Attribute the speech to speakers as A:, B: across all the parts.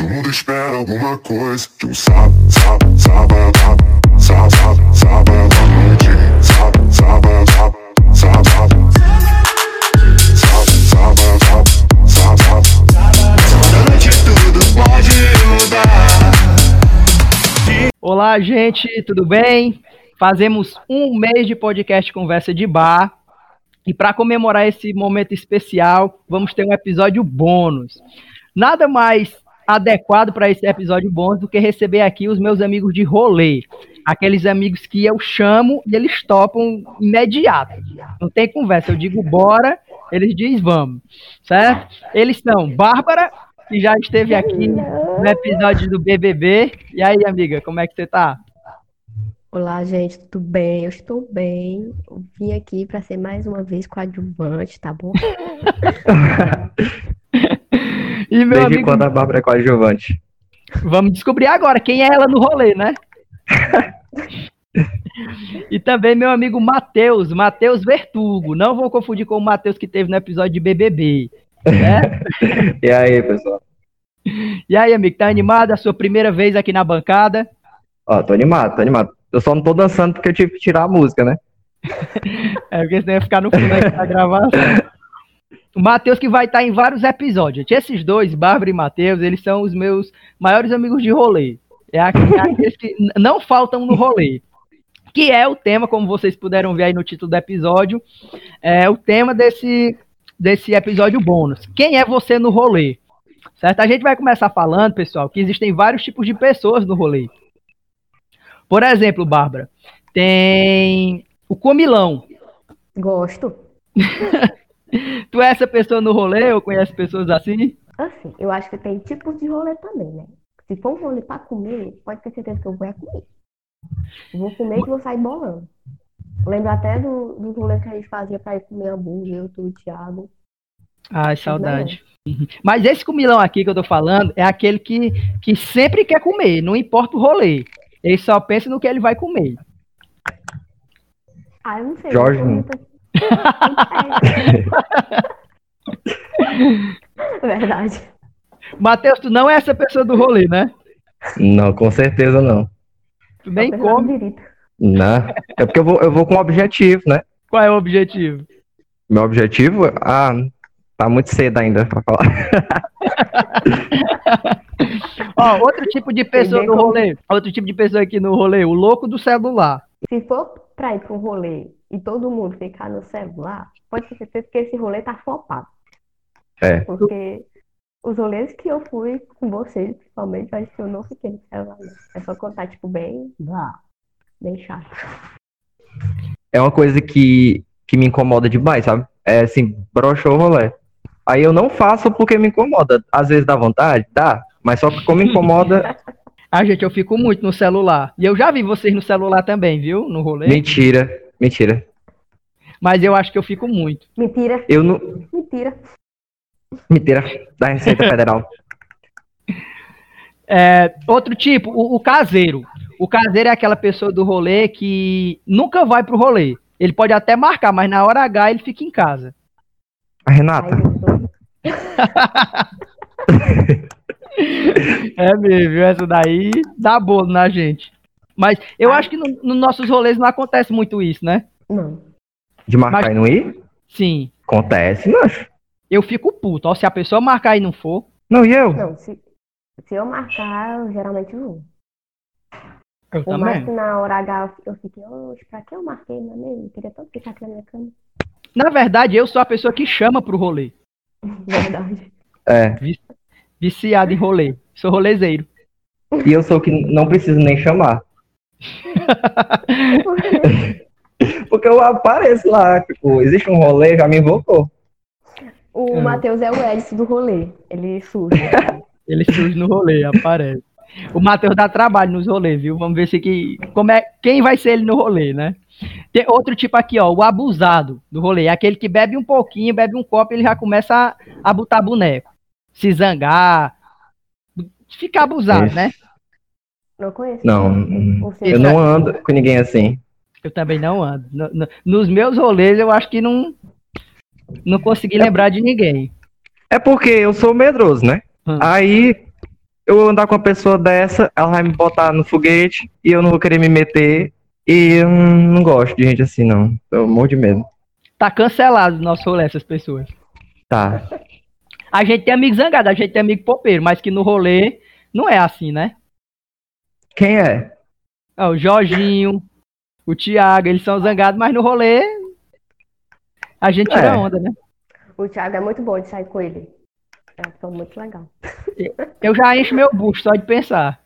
A: mundo espera alguma coisa de um sábado, sábado, sábado, sábado, sábado, sábado à noite, sábado, sábado, sábado, sábado, sábado, sábado, sábado, sábado à noite tudo pode mudar.
B: Olá, gente, tudo bem? Fazemos um mês de podcast Conversa de Bar. E para comemorar esse momento especial, vamos ter um episódio bônus. Nada mais adequado para esse episódio bônus do que receber aqui os meus amigos de rolê. Aqueles amigos que eu chamo e eles topam imediato. Não tem conversa. Eu digo bora, eles dizem vamos. Certo? Eles são Bárbara, que já esteve aqui no episódio do BBB. E aí, amiga, como é que você tá?
C: Olá, gente, tudo bem? Eu estou bem. Eu vim aqui para ser mais uma vez coadjuvante, tá bom?
B: E meu
D: Desde
B: amigo,
D: quando a Bárbara é coadjuvante?
B: vamos descobrir agora quem é ela no rolê, né? e também meu amigo Matheus, Matheus Vertugo. Não vou confundir com o Matheus que teve no episódio de BBB. né?
D: E aí, pessoal?
B: E aí, amigo, tá animado? É a sua primeira vez aqui na bancada?
D: Ó, tô animado, tô animado. Eu só não tô dançando porque eu tive que tirar a música, né?
B: É, porque senão ia ficar no fundo aqui da gravação. O Matheus que vai estar em vários episódios. gente. Esses dois, Bárbara e Matheus, eles são os meus maiores amigos de rolê. É aqu- é aqueles que n- não faltam no rolê. Que é o tema, como vocês puderam ver aí no título do episódio, é o tema desse, desse episódio bônus. Quem é você no rolê? Certo? A gente vai começar falando, pessoal, que existem vários tipos de pessoas no rolê. Por exemplo, Bárbara, tem o comilão.
C: Gosto.
B: Tu é essa pessoa no rolê ou conhece pessoas assim?
C: Assim, eu acho que tem tipos de rolê também, né? Se for um rolê pra comer, pode ter certeza que eu vou é comer. Eu Vou comer e vou sair bolando. Lembro até do, do rolê que a gente fazia pra ir comer hambúrguer, eu, tu, o Thiago.
B: Ai, saudade. Uhum. Mas esse comilão aqui que eu tô falando é aquele que, que sempre quer comer, não importa o rolê. Ele só pensa no que ele vai comer.
C: Ah, eu não sei.
D: Jorge,
C: eu não
D: não.
C: sei. Verdade.
B: Matheus, tu não é essa pessoa do rolê, né?
D: Não, com certeza não.
B: Tu nem
C: Apesar
B: come.
C: do dirito.
D: Não. É porque eu vou, eu vou com um objetivo, né?
B: Qual é o objetivo?
D: Meu objetivo, ah, tá muito cedo ainda pra falar.
B: Ó, outro tipo de pessoa
C: bem
B: no
C: como-
B: rolê. Outro tipo de pessoa aqui no rolê, o louco do celular.
C: Se for pra ir pra um rolê e todo mundo ficar no celular, pode ter certeza que esse rolê tá flopado.
D: É.
C: Porque os rolês que eu fui com vocês, principalmente, eu acho que eu não fiquei no celular. não. É só contar, tipo, bem. vá, Bem chato.
D: É uma coisa que, que me incomoda demais, sabe? É assim, broxou o rolê. Aí eu não faço porque me incomoda. Às vezes dá vontade, dá. Mas só que como incomoda,
B: Ah, gente, eu fico muito no celular. E eu já vi vocês no celular também, viu? No rolê.
D: mentira, mentira.
B: Mas eu acho que eu fico muito.
C: Mentira,
D: Eu não.
C: mentira.
D: Mentira da Receita Federal.
B: É, outro tipo, o, o caseiro. O caseiro é aquela pessoa do rolê que nunca vai pro rolê. Ele pode até marcar, mas na hora H ele fica em casa.
D: A
C: Aí
D: Renata.
C: eu tô-
B: É mesmo, essa daí dá bolo na gente. Mas eu
C: Ai.
B: acho que no- nos nossos rolês não acontece muito isso, né?
C: Não.
D: De marcar
B: Mas-
D: e não ir?
B: Sim.
D: Acontece, macho.
B: Eu fico puto. Ó, se a pessoa marcar e não for,
D: Não, e eu?
C: Não, se, se eu marcar, eu geralmente vou.
B: eu
C: Por mais
B: também.
C: que na hora H eu fiquei, oxe, pra que eu marquei, não é mesmo? Eu queria tanto ficar aqui na minha cama.
B: Na verdade, eu sou a pessoa que chama pro rolê.
C: Verdade.
D: É.
B: Viciado em rolê. Sou rolezeiro.
D: E eu sou o que não preciso nem chamar. Porque eu apareço lá, tipo, existe um rolê, já me invocou.
C: O
B: É.
C: Matheus é o Edson do rolê. Ele surge.
B: Ele surge no rolê, aparece. O Matheus dá trabalho nos rolês, viu? Vamos ver se que, como é, quem vai ser ele no rolê, né? Tem outro tipo aqui, ó, o abusado do rolê. É aquele que bebe um pouquinho, bebe um copo, ele já começa a, a botar boneco. Se zangar. Ficar abusado,
D: Esse-
B: né?
C: Não conheço.
D: Não, hum,
C: Ou seja,
D: eu não ando com ninguém assim.
B: Eu também não ando. No- no- nos meus rolês, eu acho que não, não consegui lembrar de ninguém.
D: É porque eu sou medroso, né?
B: Hum.
D: Aí Eu vou andar com uma pessoa dessa, ela vai me botar no foguete e eu não vou querer me meter. E eu não gosto de gente assim, não. Eu morro de medo.
B: Tá cancelado o nosso rolê, essas pessoas.
D: Tá.
B: A gente tem amigo zangado, a gente tem amigo popeiro, mas que no rolê não é assim, né?
D: Quem é?
B: Ó, Ah, o Jorginho, o Thiago, eles são zangados, mas no rolê a gente tira
D: É.
B: onda, né?
C: O Thiago é muito bom de sair com ele. É uma pessoa muito legal.
B: Eu já encho meu bucho só de pensar.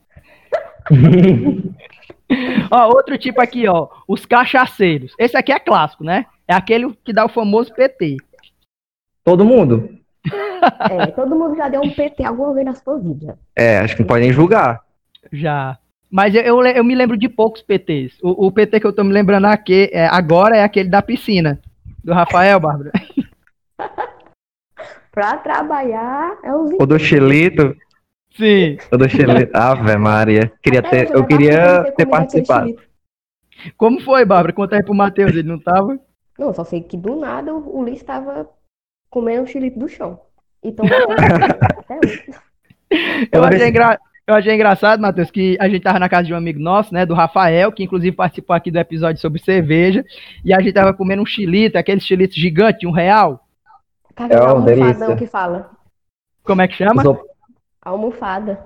B: ó, outro tipo aqui, ó. Os cachaceiros. Esse aqui é clássico, né? É aquele que dá o famoso PT.
D: Todo mundo?
C: É, todo mundo já deu um PT alguma vez na sua vida.
D: É, acho que não pode nem julgar.
B: Já. Mas eu, eu, le- eu me lembro de poucos PTs. O, o PT que eu tô me lembrando aqui, é, agora é aquele da piscina. Do Rafael, Bárbara.
C: Pra trabalhar é um
D: O do Xilito.
B: Sim.
D: O do Xilito. Ave Maria. Queria
C: Até
D: ter,
C: hoje
D: eu
C: tava
D: queria
C: pensando em
D: ter
C: comido aquele
D: participado.
C: chilito.
B: Como foi, Bárbara? Conta aí pro Matheus, ele não tava?
C: Não, só sei que do nada o o Ulisses estava comendo o xilito do chão. Então, até hoje.
B: Eu
D: Ela
B: achei,
D: disse-
B: engra- eu achei engraçado, Matheus, que a gente tava na casa de um amigo nosso, né? Do Rafael, que inclusive participou aqui do episódio sobre cerveja. E a gente tava comendo um chilito, aquele chilito gigante, de um real.
C: Tá
D: É
C: vendo a
D: uma delícia.
C: almofadão que fala?
B: Como é que chama?
D: Isop-
C: Almofada.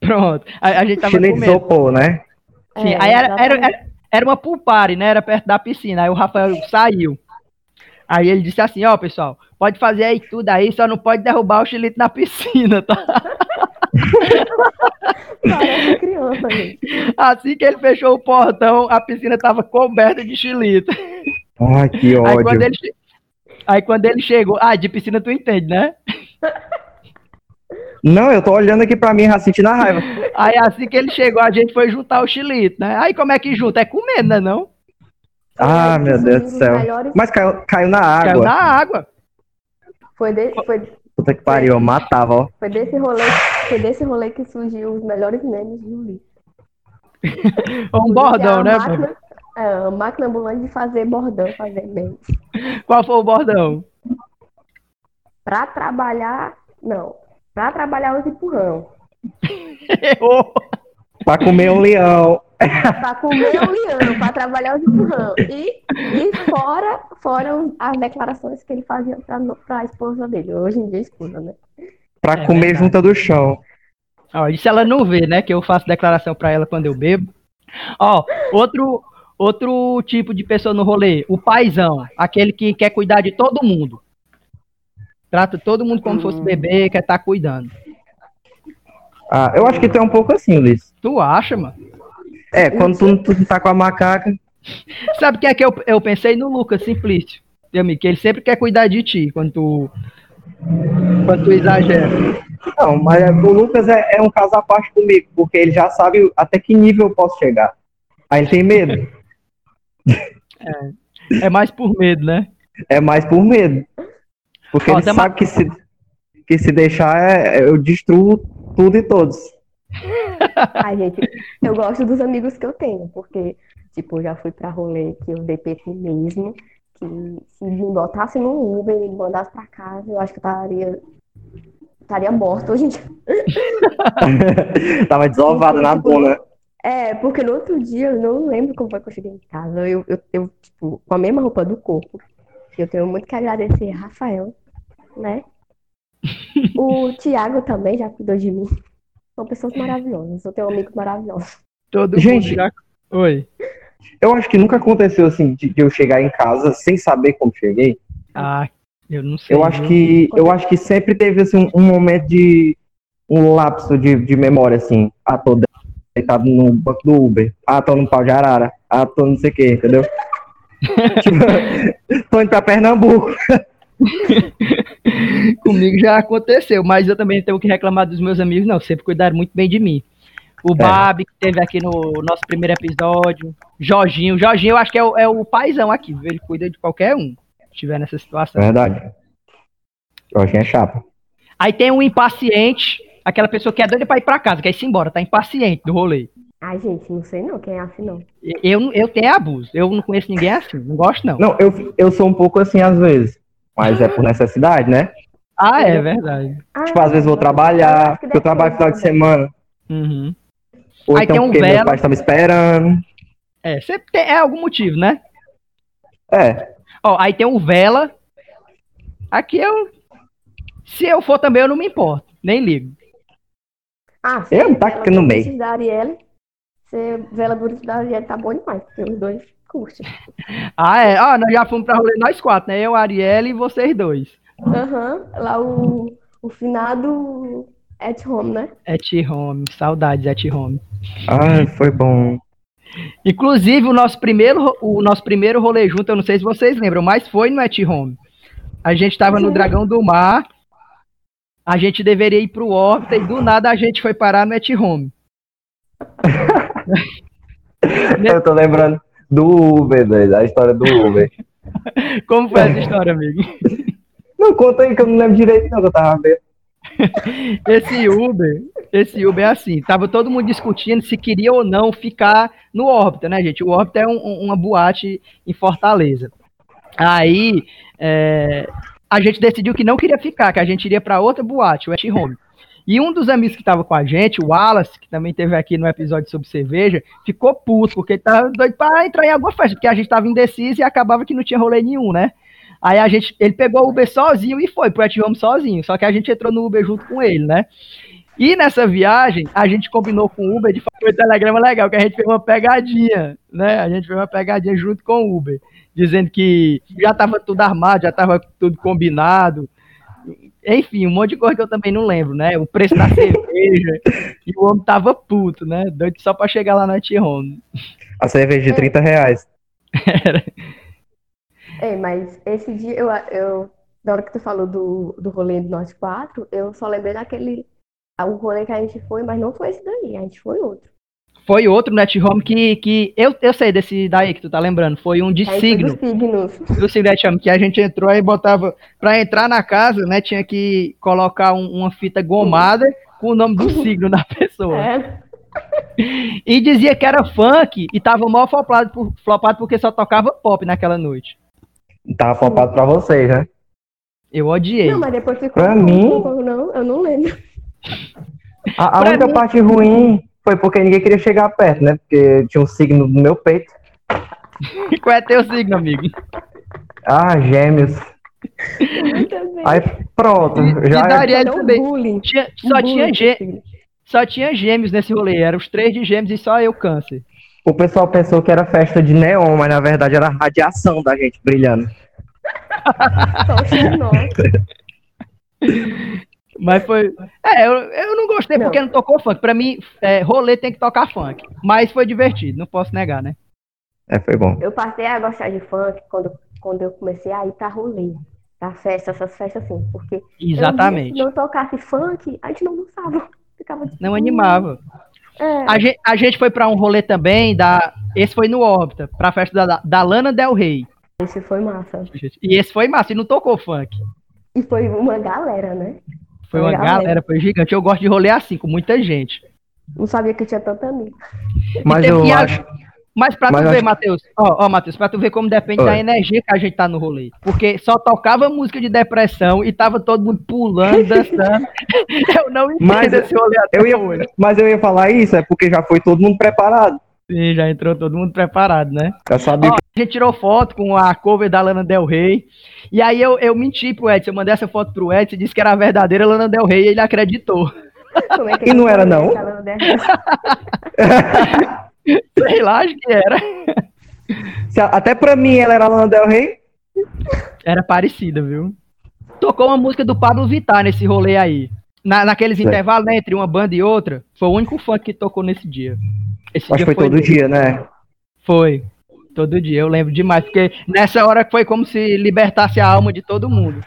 B: Pronto. A, a gente tava
D: Xilito
B: comendo.
D: isopor, né?
B: Sim,
C: É,
B: aí era, era,
C: exatamente.
B: era, era uma pool party, né? Era perto da piscina. Aí o Rafael saiu. Aí ele disse assim, ó, pessoal, pode fazer aí tudo aí, só não pode derrubar o chilito na piscina, tá?
C: Parece criança, gente.
B: Assim que ele fechou o portão, a piscina tava coberta de chilito.
D: Ai, que
B: Aí quando,
D: ódio.
B: ele, che- aí quando ele chegou. Ah, de piscina tu entende, né?
D: Não, eu tô olhando aqui pra mim já sentindo a raiva.
B: Aí assim que ele chegou, a gente foi juntar o xilito, né? Aí como é que junta? É comendo, né? Não?
D: Ah,
C: Foi
D: meu
C: um
D: Deus
C: dos
D: do céu.
C: melhores-
D: Mas caiu, caiu na
B: Caiu
D: água.
B: na água.
C: Foi, de- foi,
D: Puta que pariu, eu matava, ó.
C: foi desse rolê, foi desse rolê que surgiu os melhores memes de Ulisses.
B: Um bordão, né?
C: a
B: mano?
C: Máquina, é, a máquina ambulante de fazer bordão, fazer memes.
B: Qual foi o bordão?
C: Pra trabalhar, não. Pra trabalhar, os empurrão.
B: Errou. É
D: Pra comer um leão.
C: Pra comer é o leão, pra trabalhar, os empurrão. E, e fora, fora os- as declarações que ele fazia pra, no- pra esposa dele. Hoje em dia, é esposa, né?
D: Pra
B: É
D: comer
B: verdade.
D: junta do chão.
B: Ó, isso ela não vê, né? Que eu faço declaração pra ela quando eu bebo. Ó, outro, outro tipo de pessoa no rolê, o paizão, aquele que quer cuidar de todo mundo. Trata todo mundo como fosse bebê, quer estar cuidando.
D: Ah, eu acho que tu é um pouco assim, Luiz.
B: Tu acha, mano?
D: É, quando tu, tu tá com a macaca.
B: Sabe quem é que eu, eu pensei no Lucas Simplício, meu amigo, que ele sempre quer cuidar de ti quando tu, quando tu exagera.
D: Não, mas é, o Lucas é, é um caso à parte comigo, porque ele já sabe até que nível eu posso chegar. Aí ele tem medo.
B: É mais por medo, né?
D: É mais por medo. Porque
B: Ó,
D: ele
B: tem
D: sabe
B: uma-
D: que, se, que se deixar, é- eu destruo tudo e todos.
C: Ai, gente, eu gosto dos amigos que eu tenho, porque, tipo, eu já fui pra rolê que eu dei PT mesmo, que se me botasse no Uber e me mandasse pra casa, eu acho que eu estaria, estaria morta hoje em dia.
D: Tava Tá desovado na dona.
C: É, porque no outro dia eu não lembro como foi que eu cheguei em casa. Eu, eu, eu, tipo, com a mesma roupa do corpo. Eu tenho muito que agradecer Rafael, né? O Thiago também já cuidou de mim. São pessoas maravilhosas. Eu tenho amigos maravilhosos.
B: Todo
D: Gente.
B: mundo já... Oi.
D: Eu acho que nunca aconteceu assim, de, de eu chegar em casa sem saber como cheguei.
B: Ah, eu não sei.
D: Eu acho
B: viu?
D: que eu acho que sempre teve assim, um, um momento de um lapso de, de memória assim. Ah, tô deitado no banco do Uber. Ah, tô no pau de arara. Ah, tô não sei o que, entendeu? tipo, tô indo pra Pernambuco.
B: Comigo já aconteceu, mas eu também tenho que reclamar dos meus amigos, não. Sempre cuidaram muito bem de mim.
D: É.
B: O Babi, que teve aqui no nosso primeiro episódio. Jorginho. Jorginho, eu acho que é o, é o paizão aqui. viu? Ele cuida de qualquer um que estiver nessa situação.
D: verdade. Jorginho é chapa.
B: Aí tem um impaciente, aquela pessoa que é doida pra ir pra casa, quer ir embora, tá impaciente do rolê.
C: Ai, gente, não sei não quem é assim, não.
B: Eu, eu tenho abuso, eu não conheço ninguém assim, não gosto não.
D: Não, eu, eu sou um pouco assim às vezes. Mas é por necessidade, né?
B: Ah, é verdade.
C: Ah,
D: Tipo, às vezes eu vou trabalhar,
C: acho que
D: porque eu
C: deve né?
D: trabalho
C: ter
D: final de
C: também.
D: semana.
B: Uhum.
D: Ou
B: Aí
D: então
B: tem um
D: porque
B: vela.
D: meu pai está me esperando.
B: É, sempre tem, é algum motivo, né?
D: É,
B: Ó, aí tem um vela. Aqui eu. Se eu for também, eu não me importo. Nem ligo.
C: Ah,
D: Eu
C: sim,
D: tá
C: Vela
D: aqui no
C: Bonito
D: meio.
C: Da Arielle, é ser Vela Bonita da Arielle tá bom demais, porque os dois curtem.
B: Ah, é. Ah, nós já fomos pra rolê nós quatro, né? Eu, a Arielle e vocês dois.
C: Aham, lá o, o finado at home, né?
B: Et Home. Saudades, Et Home.
D: ai, foi bom.
B: Inclusive, o nosso primeiro, ro- o nosso primeiro rolê junto, eu não sei se vocês lembram, mas foi no Et Home. A gente tava no Dragão do Mar. A gente deveria ir pro órbita e do nada a gente foi parar no Et Home.
D: Eu tô lembrando do Uber, velho, a história do Uber.
B: Como foi essa história, amigo?
D: Não conta aí que eu não lembro direito, não, que eu tava vendo.
B: Esse Uber, esse Uber é assim, tava todo mundo discutindo se queria ou não ficar no órbita, né, gente? O órbita é um- um- uma boate em Fortaleza. Aí é, a gente decidiu que não queria ficar, que a gente iria para outra boate, o West Home. E um dos amigos que tava com a gente, o Wallace, que também teve aqui no episódio sobre cerveja, ficou puto, porque ele tava doido pra entrar em alguma festa, porque a gente tava indeciso e acabava que não tinha rolê nenhum, né? Aí a gente, ele pegou o Uber sozinho e foi pro At Home sozinho. Só que a gente entrou no Uber junto com ele, né? E nessa viagem, a gente combinou com o Uber de fazer um telegrama legal, que a gente fez uma pegadinha, né? A gente fez uma pegadinha junto com o Uber, dizendo que já tava tudo armado, já tava tudo combinado. Enfim, um monte de coisa que eu também não lembro, né? O preço da cerveja. e o homem tava puto, né? Doido só pra chegar lá no At-Home.
D: A cerveja de 30 reais.
C: É, mas esse dia, eu, eu, na hora que tu falou do, do rolê do Norte 4, eu só lembrei daquele, ah, o rolê que a gente foi, mas não foi esse daí, a gente foi outro.
B: Foi outro no At-Home que, que eu, eu sei desse daí que tu tá lembrando. Foi um de
C: A gente foi
B: signo.
C: dos signos.
B: do Cigarette Chama, que a gente entrou e botava. Pra entrar na casa, né? Tinha que colocar um- uma fita gomada com o nome do signo da pessoa.
C: É.
B: E dizia que era funk e tava mal flopado, por- flopado porque só tocava pop naquela noite.
D: Tava flopado pra vocês, né?
B: Eu odiei.
C: Não, mas depois ficou
D: Pra
C: bom,
D: mim-
C: ficou, não, eu não lembro.
D: A, a
B: Pra
D: única
B: mim-
D: parte ruim foi porque ninguém queria chegar perto, né? Porque tinha um signo no meu peito.
B: Qual é teu signo, amigo?
D: Ah, gêmeos.
C: Eu também.
D: Aí pronto,
B: E- e
D: já
B: daria- Ariel
C: Foi um
B: também.
C: bullying,
B: Tinha-
C: um
B: só,
C: bullying
B: tinha
C: com
B: gê-
C: signo.
B: só tinha gêmeos nesse rolê. Eram os três de gêmeos e só eu câncer.
D: o pessoal pensou que era festa de neon, mas na verdade era radiação da gente brilhando.
C: Só o xenó.
B: Mas foi. É, eu, eu não gostei
C: Não.
B: porque não tocou funk. Pra mim, é, rolê tem que tocar funk. Mas foi divertido, não posso negar, né?
D: É, foi bom.
C: Eu passei a gostar de funk quando, quando eu comecei a ir pra rolê, pra festa, essas festas assim, porque eu via
B: Exatamente.
C: se não tocasse funk, a gente não dançava. Ficava tipo,
B: Não animava.
C: É.
B: A gente, a gente foi pra um rolê também, da, esse foi no Órbita, pra festa da, da Lana Del Rey.
C: Ah, Isso foi massa.
B: gente. E esse foi massa, e não tocou funk.
C: E foi uma galera, né?
B: Foi uma
C: Legal,
B: galera, foi gigante. Eu gosto de rolê assim, com muita gente.
C: Não sabia que tinha tanta amiga.
D: Mas
B: teve
D: eu
B: que-
D: acho.
B: Mas pra
D: Mas
B: tu
D: eu
B: ver,
D: acho-
B: Matheus, ó, ó, Matheus, pra tu ver como depende
D: Oi.
B: da energia que a gente tá no rolê. Porque só tocava música de depressão e tava todo mundo pulando, dançando. Eu não entendo
D: Mas
B: esse rolê até
D: Eu ia,
B: hoje.
D: mas eu ia falar isso, é porque já foi todo mundo preparado.
B: Sim, já entrou todo mundo preparado, né?
D: Já sabia
B: Ó, a gente tirou foto com a cover da Lana Del Rey. E aí eu, eu menti pro Edson. Eu mandei essa foto pro Edson e disse que era a verdadeira Lana Del Rey e ele acreditou.
C: Como é que
D: E não era, não?
C: Aquela mulher-
B: Sei lá, acho que era.
D: que- se a- até pra mim ela era Lana Del Rey.
B: Era parecida, viu? Tocou uma música do Pablo Vittar nesse rolê aí. Na, naqueles
D: Sei.
B: intervalos, né, entre uma banda e outra. Foi o único funk que tocou nesse dia. Esse
D: Acho que foi todo dia, né?
B: Foi. Todo dia, eu lembro demais. Porque nessa hora foi como se libertasse a alma de todo mundo.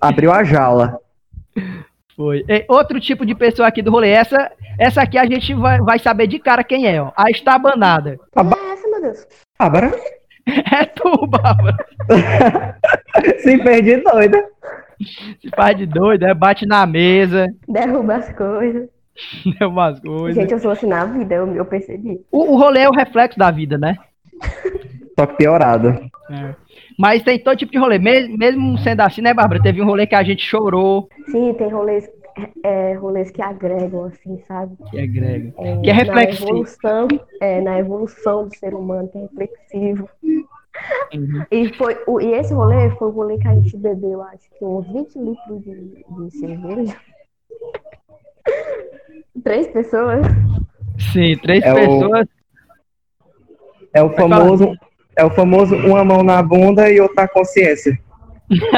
D: Abriu a jaula.
B: Foi. E outro tipo de pessoa aqui do rolê. Essa, essa aqui a gente vai, vai saber de cara quem é, ó. A estabanada.
C: Quem é essa, meu Deus?
D: Abra.
B: É tu, Baba.
D: Se perdi doida.
B: Se faz de doido, é, bate na mesa,
C: Derruba as coisas.
B: né, umas coisas.
C: Gente, eu sou assim na vida, eu, eu percebi.
B: O, o rolê é o reflexo da vida, né?
D: Só que piorado.
B: Mas tem todo tipo de rolê. Mes- Mesmo sendo assim, né, Bárbara? Teve um rolê que a gente chorou.
C: Sim, tem rolês, é, rolês que agregam, assim, sabe?
B: Que é grego.
C: É,
B: Que é reflexivo.
C: Na evolução, é, na evolução do ser humano, que é reflexivo. E, foi, o- e esse rolê foi o rolê que a gente bebeu, acho que uns 20 litros de, de cerveja. Três pessoas.
B: Sim, três
D: É o-
B: pessoas.
D: É o
B: falar.
D: famoso, é o famoso uma mão na bunda e outra na consciência.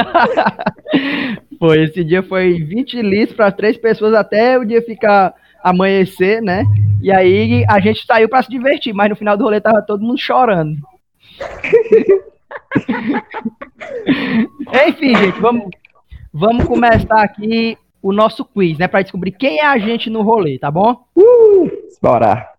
B: Foi, esse dia foi 20 litros para três pessoas até o dia ficar amanhecer, né? E aí a gente saiu para se divertir, mas no final do rolê tava todo mundo chorando. Enfim, gente, vamos, vamos começar aqui o nosso quiz, né? Para descobrir quem é a gente no rolê, tá bom?
D: Bora.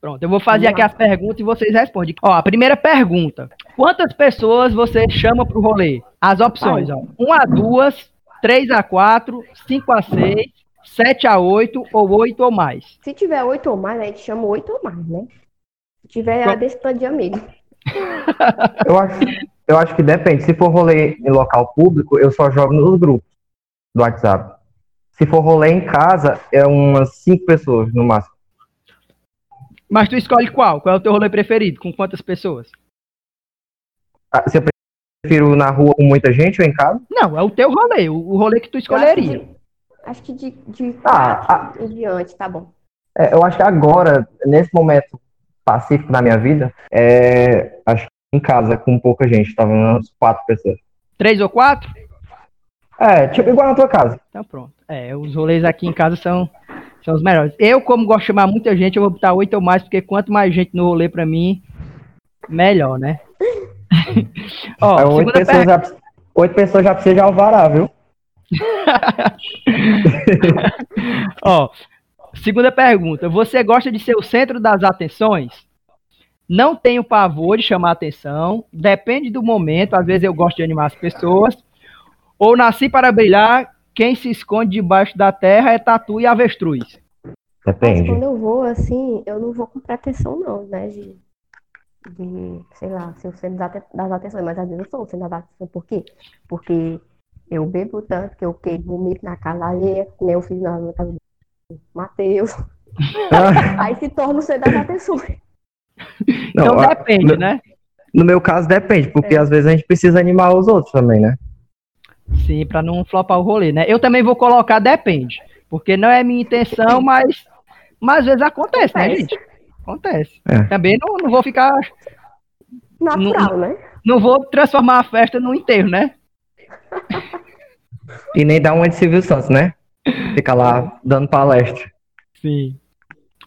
B: Pronto, eu vou fazer
C: Vamos
B: aqui as perguntas e vocês respondem. Ó, a primeira pergunta. Quantas pessoas você chama pro rolê? As opções, ó. 1 a 2, 3 a 4, 5 a 6, 7 a 8 ou 8 ou mais.
C: Se tiver oito ou mais, a gente chama oito ou mais, né? Se tiver é a desse de amigo.
D: Eu acho, eu acho que depende. Se for rolê em local público, eu só jogo nos grupos do WhatsApp. Se for rolê em casa, é umas cinco pessoas no máximo.
B: Mas tu escolhe qual? Qual é o teu rolê preferido? Com quantas pessoas?
D: Ah, Se eu prefiro na rua com muita gente ou em casa?
B: Não, é o teu rolê, o o rolê que tu
C: Eu acho que
B: escolheria.
C: de- Acho que de, de
D: Ah,
C: quatro em diante, tá bom.
D: É, eu acho que agora, nesse momento pacífico da minha vida, é, acho que em casa com pouca gente, tava umas quatro pessoas.
B: 3 ou 4?
D: É, tipo igual na tua casa.
B: Então pronto. É, os rolês aqui em casa são, são os melhores. Eu, como gosto de chamar muita gente, eu vou botar oito ou mais, porque quanto mais gente no rolê pra mim, melhor, né? Ó,
D: É, oito,
B: segunda
D: pessoas
B: pergunta.
D: já, precis- oito pessoas já precisam de alvará, viu?
B: Ó, segunda pergunta. Você gosta de ser o centro das atenções? Não tenho pavor de chamar atenção. Depende do momento. Às vezes eu gosto de animar as pessoas. Ou nasci para brilhar. Quem se esconde debaixo da terra é tatu e avestruz.
C: Mas
D: Depende.
C: quando eu vou, assim, eu não vou com pretensão, não, né? De, de, sei lá, se eu sendo das aten- das atenções, mas às vezes eu sou o centro das atenções. Por quê? Porque eu bebo tanto que eu queimo vomito na casa alheia, que nem eu fiz na, na casa do Matheus. Aí se torna o centro das atenções.
D: Não,
B: então
D: a-
B: depende,
D: no-
B: né?
D: No meu caso, depende, porque às vezes a gente precisa animar os outros também, né?
B: Sim, pra não flopar o rolê, né? Eu também vou colocar depende, porque não é minha intenção, mas, mas às vezes acontece, né,
C: Acontece.
B: gente? Acontece.
D: É.
B: Também não, não vou ficar,
C: Natural, né?
B: não vou transformar a festa num enterro, né?
D: E nem dá uma de Silvio Santos, né? Fica lá dando palestra.
B: Sim.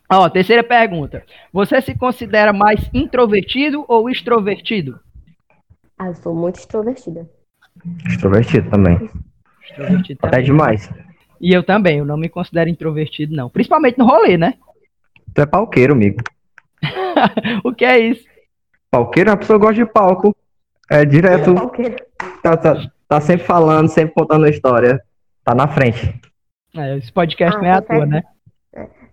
B: Ó, terceira pergunta. Você se considera mais introvertido ou extrovertido?
C: Ah, eu sou muito extrovertida.
D: Extrovertido também.
B: Extrovertido
D: Até
B: também.
D: demais.
B: E eu também, eu não me considero introvertido, não. Principalmente no rolê, né?
D: Tu é palqueiro, amigo.
B: O que é isso?
D: Palqueiro é uma pessoa que gosta de palco. É direto.
C: Qualquer-
D: Tá, tá- tá sempre falando, sempre contando a história. Tá na frente.
B: É, esse podcast
C: Ah,
B: não é à
C: tá certo.
B: toa, né?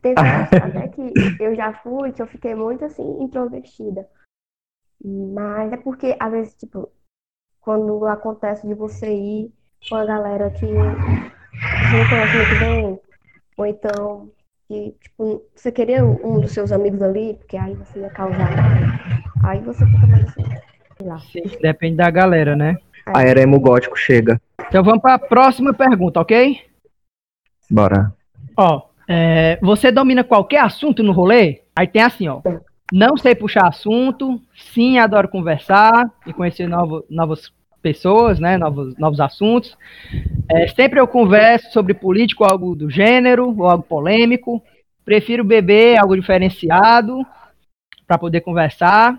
C: Teve uma época até que eu já fui, que eu fiquei muito assim, introvertida. Mas é porque, às vezes, tipo, quando acontece de você ir com a galera que não conhece muito bem, ou então que, tipo, você queria um dos seus amigos ali, porque aí você ia causar mais, aí você fica mais assim.
B: Sim, depende da galera, né?
D: A era emo gótico chega.
B: Então vamos para a próxima pergunta, ok?
D: Bora.
B: Ó, é, você domina qualquer assunto no rolê? Aí tem assim, ó. Não sei puxar assunto, sim, adoro conversar e conhecer novo- novas pessoas, né? Novos, novos assuntos. É, sempre eu converso sobre político, algo do gênero, ou algo polêmico. Prefiro beber algo diferenciado para poder conversar.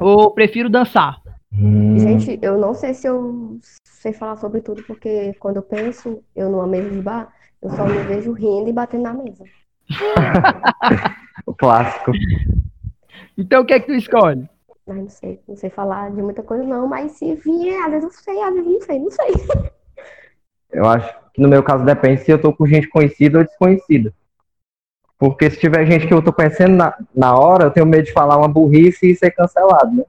B: Ou prefiro dançar.
D: Uhum.
C: Gente, eu não sei se eu sei falar sobre tudo, porque quando eu penso, eu numa mesa de bar, eu só me vejo rindo e batendo na mesa.
D: o clássico.
B: Então o que é que tu escolhe?
C: Mas não sei, não sei falar de muita coisa não, mas se vier, às vezes eu sei, às vezes não sei, não sei.
D: Eu acho que no meu caso depende se eu tô com gente conhecida ou desconhecida. Porque se tiver gente que eu tô conhecendo na, na hora, eu tenho medo de falar uma burrice e ser cancelado, né?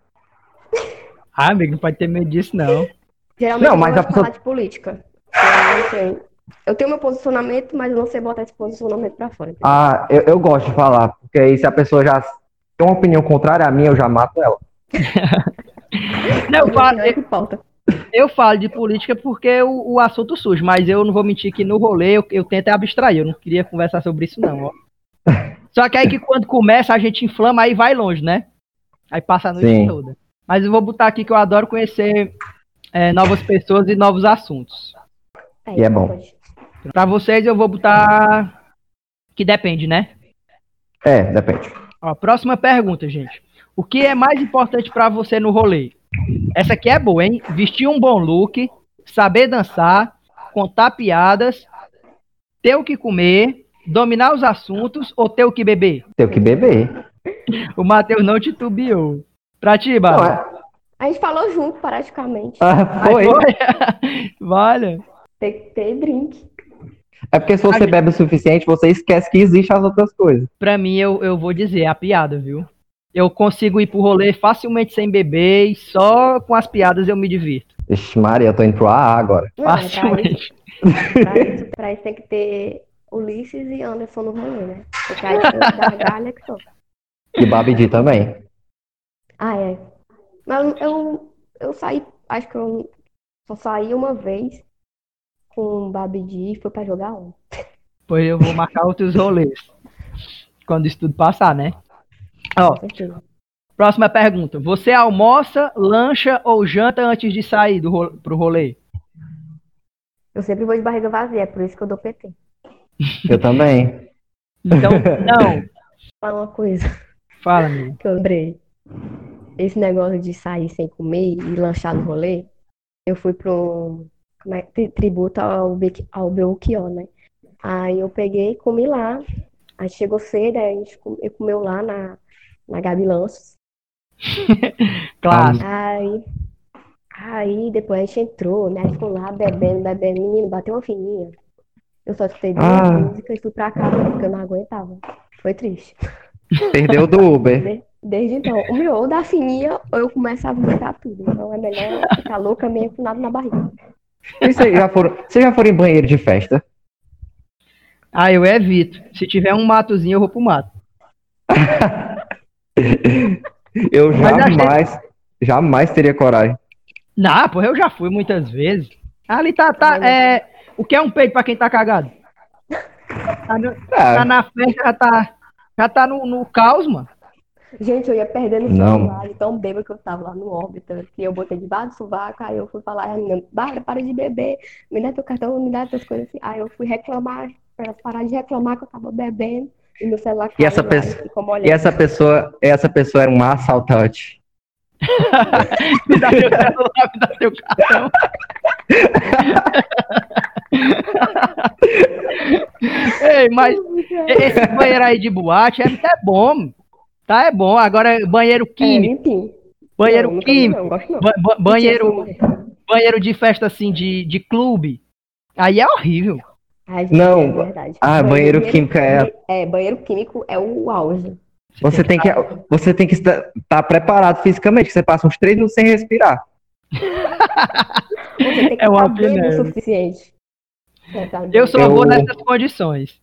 B: Ah, amigo, não pode ter medo disso, não.
C: Geralmente
D: Não,
C: eu
D: mas
C: gosto
D: a
C: de falar de política. Eu não sei. Eu tenho meu posicionamento, mas eu não sei botar esse posicionamento pra fora. entendeu?
D: Ah, eu, eu gosto de falar, porque aí se a pessoa já tem uma opinião contrária à minha, eu já mato ela. Ah,
B: Não, eu falo,
C: Não é que falta.
B: eu falo de política porque o, o assunto surge, mas eu não vou mentir que no rolê eu, eu tento é abstrair, eu não queria conversar sobre isso, não, ó. Só que aí que quando começa a gente inflama, aí vai longe, né? Aí passa a noite
D: Sim.
B: toda. Mas eu vou botar aqui que eu adoro conhecer é, novas pessoas e novos assuntos.
D: E é bom.
C: pode.
B: Pra vocês eu vou botar que depende, né?
D: É, depende.
B: Ó, próxima pergunta, gente. O que é mais importante pra você no rolê? Essa aqui é boa, hein? Vestir um bom look, saber dançar, contar piadas, ter o que comer, dominar os assuntos ou ter o que beber?
D: Tem que beber.
B: O Matheus não titubeou. Pra ti,
D: Não,
B: Bárbara?
D: é...
C: A gente falou junto, praticamente.
D: Ah,
B: Aí
D: foi.
B: foi? Olha,
C: Tem que ter drink.
D: É porque se você bebe o suficiente, você esquece que existem as outras coisas.
B: pra mim eu, eu vou dizer, é a piada, viu? Eu consigo ir pro rolê facilmente sem beber e só com as piadas eu me divirto.
D: Ixi, Maria, eu tô indo pro AA agora.
C: Não, pra isso,
B: Facilmente.
C: pra isso- pra isso tem que ter Ulisses e Anderson no rolê, né? Porque aí tem gargalha que só.
D: E Babidi também.
C: Ah, é. Mas eu, eu, eu saí, acho que eu só saí uma vez com o Babidi e foi pra jogar um.
B: Pois eu vou marcar outros rolês. Quando isso tudo passar, né? Ó,
C: Com certeza.
B: próxima pergunta. Você almoça, lancha ou janta antes de sair do ro pro rolê?
C: Eu sempre vou de barriga vazia, é por isso que eu dou PT.
D: Eu também.
B: Então, não.
C: Fala uma coisa
B: Fala, amigo.
C: que eu lembrei. Esse negócio de sair sem comer e lanchar no rolê, eu fui pro como é, tri- tributo ao, Be- ao Belchior, né? Aí eu peguei e comi lá. Aí chegou cedo, aí a gente com- eu comeu lá na, na Gabi Lanços.
B: Claro.
C: Aí, aí depois a gente entrou, né? Aí Ficou lá bebendo, bebendo, menino, bateu uma fininha. Eu só escutei duas
D: Ah.
C: músicas e fui pra casa, porque eu não aguentava. Foi triste.
D: Perdeu do Uber.
C: De- desde então, o meu, ou da fininha, ou eu começo a vomitar tudo. Então é melhor ficar louca meio com nada na barriga.
D: E Vocês já, foram, vocês já foram em banheiro de festa?
B: Ah, eu evito. Se tiver um matozinho, eu vou pro mato.
D: Eu
B: Mas eu achei-
D: jamais, jamais teria coragem.
B: Não, porra, eu já fui muitas vezes. Ali tá, tá, é... O que é um peito pra quem tá cagado? Tá, no- tá
D: Ah,
B: na festa, já tá... Já tá no, no caos, mano.
C: Gente, eu ia perdendo o
D: Não.
C: celular, de tão bêbado que eu tava lá no órbita, que eu botei debaixo do sovaco, aí eu fui falar, a menina, Bárbara, para de beber, me dá teu cartão, me dá tuas coisas assim. Aí eu fui reclamar, pra ela parar de reclamar que eu tava bebendo, e meu celular
D: E essa
C: caiu lá,
D: pessoa-
C: ficou
D: e
C: molhado.
D: essa pessoa, essa pessoa era um assaltante.
B: Me dá teu celular, me dá teu cartão. Ei, mas
D: É
C: É,
B: esse banheiro aí de boate é até bom. Tá, é bom. Agora, banheiro
C: É,
B: químico,
C: limpinho.
D: então,
B: banheiro
C: Não, nunca vi,
B: químico,
C: não, gosto não.
B: ba- ba- banheiro,
C: Mentira, eu fui morrer.
B: banheiro de festa assim, de, de clube. Aí é horrível.
C: Ai, gente,
D: Não,
C: é verdade.
D: Ah, banheiro químico é.
C: É, banheiro químico é o auge.
D: Você tem que, você tem que estar tá preparado fisicamente, que você passa uns três minutos sem respirar.
C: Você tem que
B: É uma
C: estar bêbado
B: apneia.
C: o suficiente. É, tá bem.
B: Eu só
D: Eu-
B: vou nessas condições.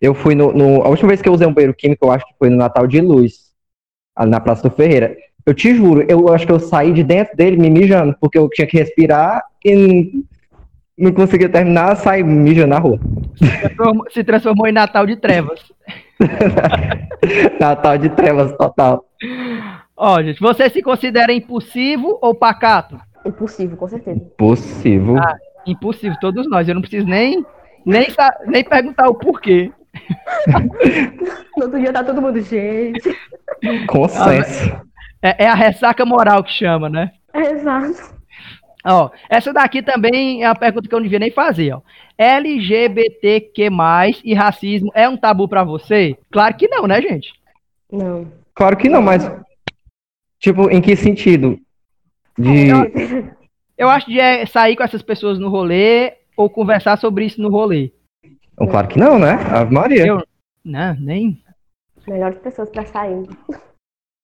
D: Eu fui no, no- A última vez que eu usei um banheiro químico, eu acho que foi no Natal de Luz, ali na Praça do Ferreira. Eu te juro, eu acho que eu saí de dentro dele me mijando, porque eu tinha que respirar e não, não conseguia terminar, saí mijando na rua.
B: Transformou- Se transformou em Natal de Trevas.
D: Natal de trevas total.
B: Ó, gente, você se considera impulsivo ou pacato?
C: Impossível, com certeza.
D: Possível.
B: Ah. Impulsivo, todos nós. Eu não preciso nem, nem, sa- nem perguntar o porquê.
C: No outro dia tá todo mundo, gente.
D: Consenso.
B: É, é a ressaca moral que chama, né?
C: Exato.
B: Ó, essa daqui também é uma pergunta que eu não devia nem fazer, ó. LGBTQ+, e racismo é um tabu pra você? Claro que não, né, gente?
C: Não.
D: Claro que não, mas. Tipo, em que sentido? De.
B: Eu acho de é, sair com essas pessoas no rolê ou conversar sobre isso no rolê.
D: oh, Claro que não, né? Ave Maria.
B: Eu- Não, nem...
C: Melhores pessoas pra sair.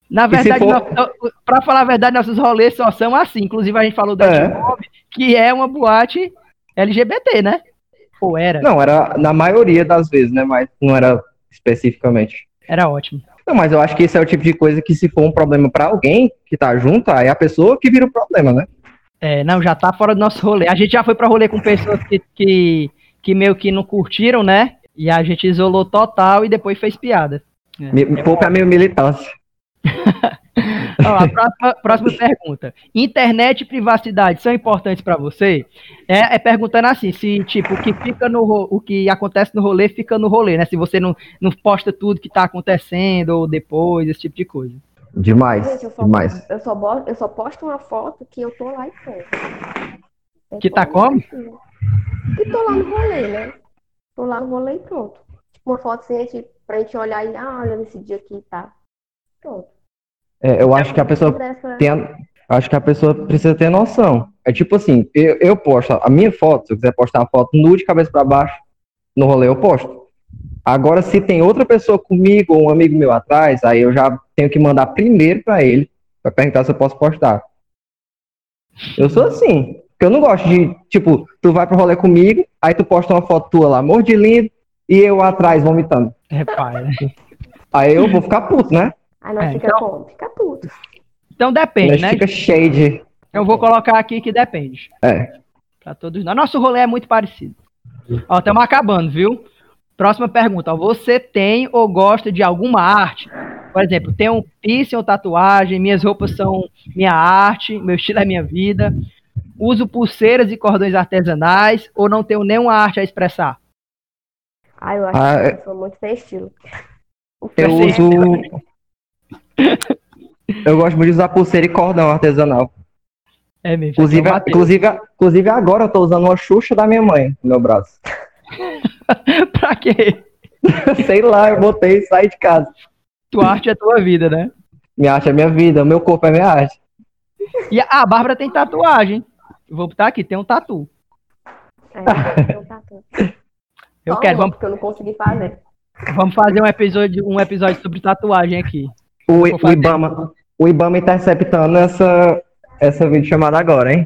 B: Na
D: se
B: verdade,
D: for-
B: nós- pra falar a verdade, nossos rolês só são assim. Inclusive, a gente falou da
D: É.
B: T-Mob, que é uma boate LGBT, né? Ou era?
D: Não, era na maioria das vezes, né? Mas não era especificamente.
B: Era ótimo.
D: Não, mas eu acho que esse é o tipo de coisa que se for um problema pra alguém que tá junto, aí é a pessoa que vira o problema, né?
B: É, não, já tá fora do nosso rolê. A gente já foi pra rolê com pessoas que, que, que meio que não curtiram, né? E a gente isolou total e depois fez piada.
D: Me, é poupa a minha militância.
B: Ó, a próxima, próxima pergunta. Internet e privacidade são importantes pra você? É, é perguntando assim, se tipo, o que fica no ro- o que acontece no rolê fica no rolê, né? Se você não, não posta tudo que tá acontecendo ou depois, esse tipo de coisa.
D: Demais,
C: Gente, eu só,
D: demais.
C: eu, só bo- eu só posto uma foto que eu tô lá e pronto. É
B: Que tá
C: todo mundo assim. Que tô lá no rolê, né? Tô lá no rolê e pronto. Tipo, uma foto assim, a gente, pra gente olhar e, ah, olha nesse dia aqui, tá? Pronto.
D: É, eu acho que a pessoa
C: Dessa-
D: tem a- acho que a pessoa precisa ter noção. É tipo assim, eu, eu posto a minha foto, se eu quiser postar uma foto nude, cabeça pra baixo, no rolê eu posto. Agora, se tem outra pessoa comigo ou um amigo meu atrás, aí eu já tenho que mandar primeiro pra ele, pra perguntar se eu posso postar. Eu sou assim, porque eu não gosto de, tipo, tu vai pro rolê comigo, aí tu posta uma foto tua lá, amor de lindo, e eu atrás vomitando.
B: É, Repara.
D: Aí eu vou ficar puto, né?
C: Aí nós
B: É,
C: fica
B: então-
C: como? Fica puto.
B: Então depende,
D: Mas
B: né?
D: fica cheio de.
B: Eu vou colocar aqui que depende.
D: É.
B: Pra todos nós. Nosso rolê é muito parecido. Ó, estamos acabando, viu? Próxima pergunta. ó. Você tem ou gosta de alguma arte? Por exemplo, tem um piercing ou tatuagem, minhas roupas são minha arte, meu estilo é minha vida. Uso pulseiras e cordões artesanais ou não tenho nenhuma arte a expressar?
C: Aí eu acho
D: Ah,
C: que
D: é-
C: eu sou muito sem estilo. O
D: Eu
B: sei.
D: uso. Eu gosto muito de usar pulseira e cordão artesanal.
B: É mesmo.
D: Inclusive,
B: Então, Mateus,
D: inclusive, inclusive agora eu tô usando uma Xuxa da minha mãe no meu braço.
B: pra quê?
D: Sei lá, eu botei e saí de casa.
B: Tua arte é tua vida, né?
D: Minha arte é minha vida, meu corpo é minha arte.
B: E a, a Bárbara tem tatuagem. Vou botar aqui, tem um tatu.
C: É, então tá tudo.
B: Eu
C: Só um.
B: quero,
C: uma,
B: vamos,
C: Porque eu não consegui fazer.
B: vamos fazer um episódio, um episódio sobre tatuagem aqui.
D: O, I-
B: Vou
D: o
B: fazer.
D: Ibama, o Ibama interceptando essa, essa videochamada agora, hein?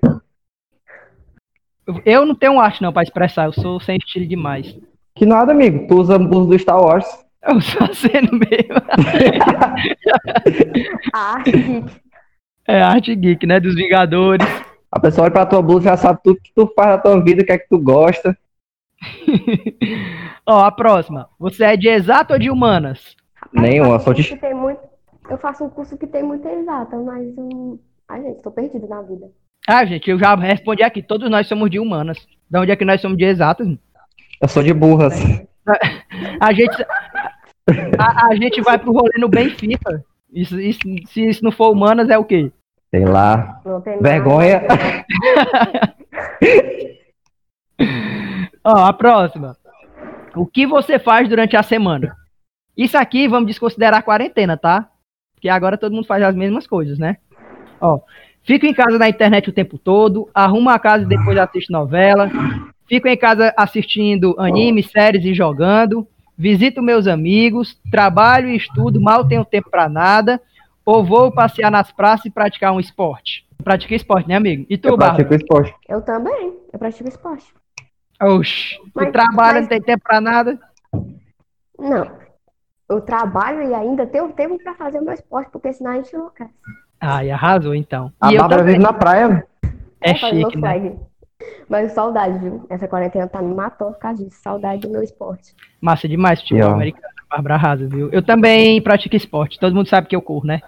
B: Eu- Eu não tenho arte não pra expressar, eu sou sem estilo demais.
D: Que nada, amigo. Tu usa blusa do Star Wars.
B: Eu sou sendo meio.
C: A arte geek.
B: É arte geek, né? Dos Vingadores.
D: A pessoa olha pra tua blusa e já sabe tudo que tu faz na tua vida, o que é que tu gosta.
B: Ó, a próxima. Você é de exato ou de humanas?
D: Nenhuma,
C: Eu faço um
D: só
C: curso
D: de-
C: que tem muito- Eu faço um curso que tem muita exata, mas hum, ai, gente, tô perdida na vida.
B: Ah, gente, eu já respondi aqui. Todos nós somos de humanas. De onde é que nós somos de exatas?
D: Eu sou de burras.
B: A gente, a, a gente vai pro rolê no Benfica. Isso, isso, se isso não for humanas, é o quê?
D: Sei lá.
C: Não tem nada.
D: Vergonha.
B: Ó, a próxima. O que você faz durante a semana? Isso aqui vamos desconsiderar a quarentena, tá? Porque agora todo mundo faz as mesmas coisas, né? Ó, fico em casa na internet o tempo todo, arrumo a casa e depois assisto novela, fico em casa assistindo anime, séries e jogando, visito meus amigos, trabalho e estudo, mal tenho tempo pra nada, ou vou passear nas praças e praticar um esporte. Pratica esporte, né, amigo? E tu,
D: Eu
B: Bárbara?
D: pratico esporte.
C: Eu também. Eu pratico esporte.
B: Oxi, tu
C: Mas-
B: trabalha,
C: mas-
B: não tem tempo pra nada.
C: Não. Eu trabalho e ainda tenho tempo pra fazer o meu esporte, porque senão a gente não quer.
B: Ai, arrasou então.
D: A
B: E eu
D: Bárbara
B: também.
D: vive na praia.
B: É
C: fazer meu
B: chique, né?
C: flag. Mas saudade, viu? Essa quarentena tá me matando por causa disso. Saudade do meu esporte.
B: Massa demais, futebol
D: E, ó.
B: americano. A Bárbara arrasa, viu? Eu também pratico esporte. Todo mundo sabe que eu corro, né?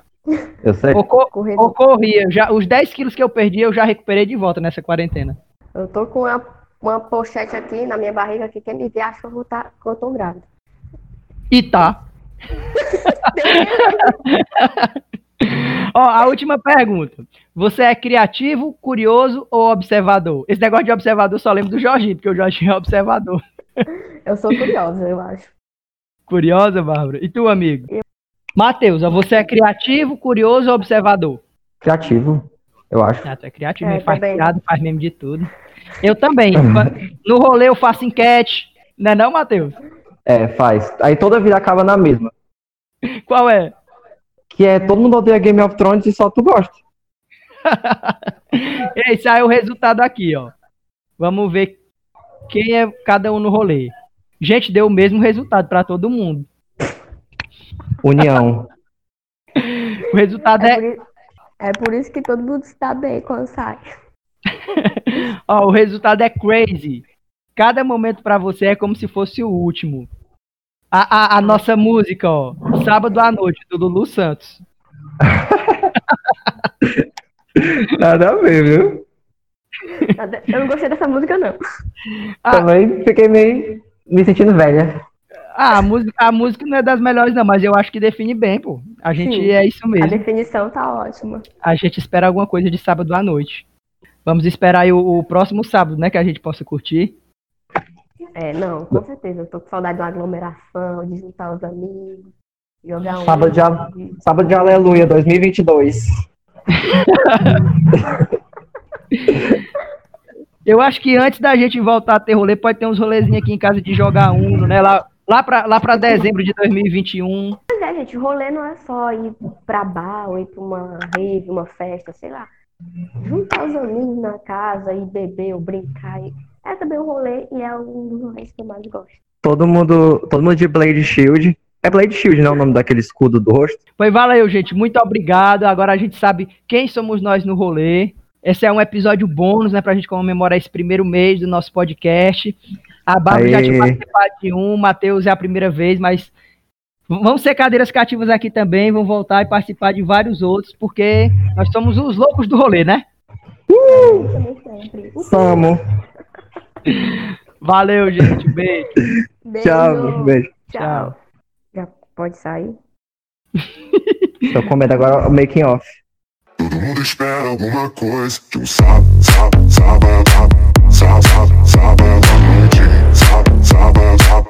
D: Eu sei.
B: Eu, cor-
C: Correr.
B: eu corria. Já, os 10 quilos que eu perdi, eu já recuperei de volta nessa quarentena.
C: Eu tô com uma, uma pochete aqui na minha barriga que quem me vê acha que eu, vou tá, que eu tô grávida.
B: E tá. Ó, a última pergunta. Você é criativo, curioso ou observador? Esse negócio de observador eu só lembro do Jorginho, porque o Jorginho é observador.
C: Eu sou curiosa, eu acho.
B: Curiosa, Bárbara? E tu, amigo? Matheus, ó, você é criativo, curioso ou observador?
D: Criativo, eu acho.
B: Ah, tu é criativo,
C: É,
B: mesmo, faz
C: também.
B: piada, faz meme de tudo. Eu também. Fa- No rolê eu faço enquete. Não é não, Matheus?
D: É, faz. Aí toda vida acaba na mesma.
B: Qual é?
D: Que que é todo mundo odeia Game of Thrones e só tu gosta.
B: E aí saiu o resultado aqui, ó. Vamos ver quem é cada um no rolê. Gente, deu o mesmo resultado pra todo mundo.
D: União.
B: O resultado
C: É
B: é,
C: por, i- é por isso que todo mundo está bem quando sai.
B: ó, o resultado é crazy. Cada momento pra você é como se fosse o último. A, a, a nossa música, ó, sábado à noite, do Lulu Santos.
D: Nada a ver, viu?
C: Eu não gostei dessa música, não.
B: Ah.
D: Também fiquei meio me sentindo velha.
B: Ah, a música, a música não é das melhores, não, mas eu acho que define bem, pô. A gente
C: Sim.
B: é isso
C: A
B: mesmo.
C: definição tá ótima.
B: A gente espera alguma coisa de sábado à noite. Vamos esperar aí o, o próximo sábado, né? Que a gente possa curtir.
C: É, não, com certeza. Eu tô com saudade de uma aglomeração, de juntar os amigos, jogar um.
D: Sábado já- Sábado de Aleluia 2022.
B: Eu acho que antes da gente voltar a ter rolê, pode ter uns rolezinhos aqui em casa de jogar Uno, né? Lá, lá pra, lá pra dezembro de 2021.
C: Pois é, gente, rolê não é só ir pra bar ou ir pra uma rave, uma festa, sei lá. Juntar os amigos na casa e beber ou brincar. e- É também um rolê e é um dos rolês que eu mais gosto.
D: Todo mundo, todo mundo de Blade Shield. É Blade Shield, não é o nome daquele escudo do rosto?
B: Pois valeu, gente. Muito obrigado. Agora a gente sabe quem somos nós no rolê. Esse é um episódio bônus, né? Pra gente comemorar esse primeiro mês do nosso podcast. A Bárbara já
D: Aê.
B: tinha participado de um, o Matheus é a primeira vez, mas vão ser cadeiras cativas aqui também, vão voltar e participar de vários outros, porque nós somos os loucos do rolê, né?
C: Eu também sempre.
D: Samo.
B: Valeu, gente. Beijo.
C: Beijo.
D: Tchau, beijo.
C: Tchau. Já pode sair?
D: Tô comendo agora o making off.
A: Todo mundo espera alguma coisa de um sábado, sábado, sábado, sábado, sábado, sábado à noite. Sábado, sábado, sábado.